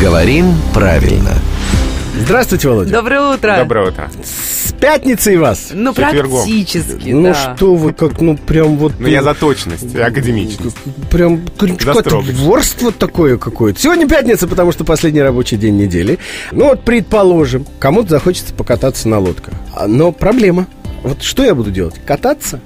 Говорим правильно. Здравствуйте, Володя. Доброе утро. Доброе утро. С пятницей вас. Ну, Четвергом. практически, Ну да. что вы, как, ну прям вот... Ну, я за точность, академичность. Прям какое-то строгость. ворство такое какое-то. Сегодня пятница, потому что последний рабочий день недели. Ну вот, предположим, кому-то захочется покататься на лодках. А, Но проблема. Вот что я буду делать? Кататься?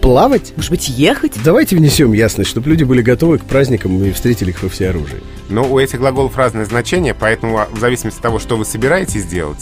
Плавать? Может быть, ехать? Давайте внесем ясность, чтобы люди были готовы к праздникам и встретили их во всеоружии. Но у этих глаголов разное значение, поэтому а, в зависимости от того, что вы собираетесь делать,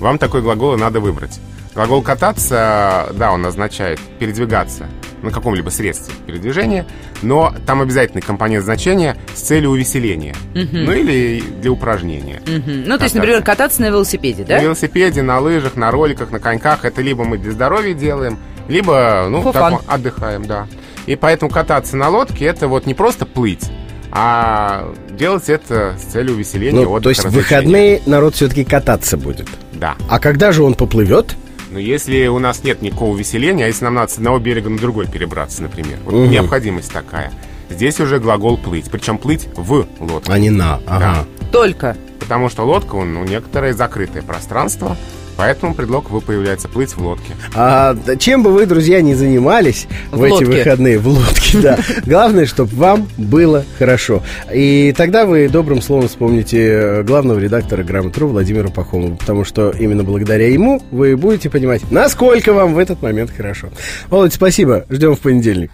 вам такой глагол и надо выбрать. Глагол «кататься», да, он означает «передвигаться» на каком-либо средстве передвижения, но там обязательный компонент значения с целью увеселения, ну или для упражнения. Мгм. Ну, то есть, например, кататься на велосипеде, На да? велосипеде, на лыжах, на роликах, на коньках это либо мы для здоровья делаем, либо ну For так fun. мы отдыхаем, да. И поэтому кататься на лодке это вот не просто плыть, а делать это с целью увеселения. Ну, отдыха, то есть в развлечения. выходные народ все-таки кататься будет. Да. А когда же он поплывет? Но если у нас нет никакого увеселения, а если нам надо с одного берега на другой перебраться, например, вот Мгм. необходимость такая. Здесь уже глагол плыть, причем плыть в лодку. А не на. Ага. Только. А. Потому что лодка, ну, некоторое закрытое пространство, поэтому предлог «вы» появляется «плыть в лодке». А да, чем бы вы, друзья, не занимались в, В эти лодке. выходные в лодке, да. Главное, чтобы вам было хорошо. И тогда вы добрым словом вспомните э, главного редактора «Грамотру» Владимира Пахомова, потому что именно благодаря ему вы будете понимать, насколько вам в этот момент хорошо. Володь, спасибо. Ждем в понедельник.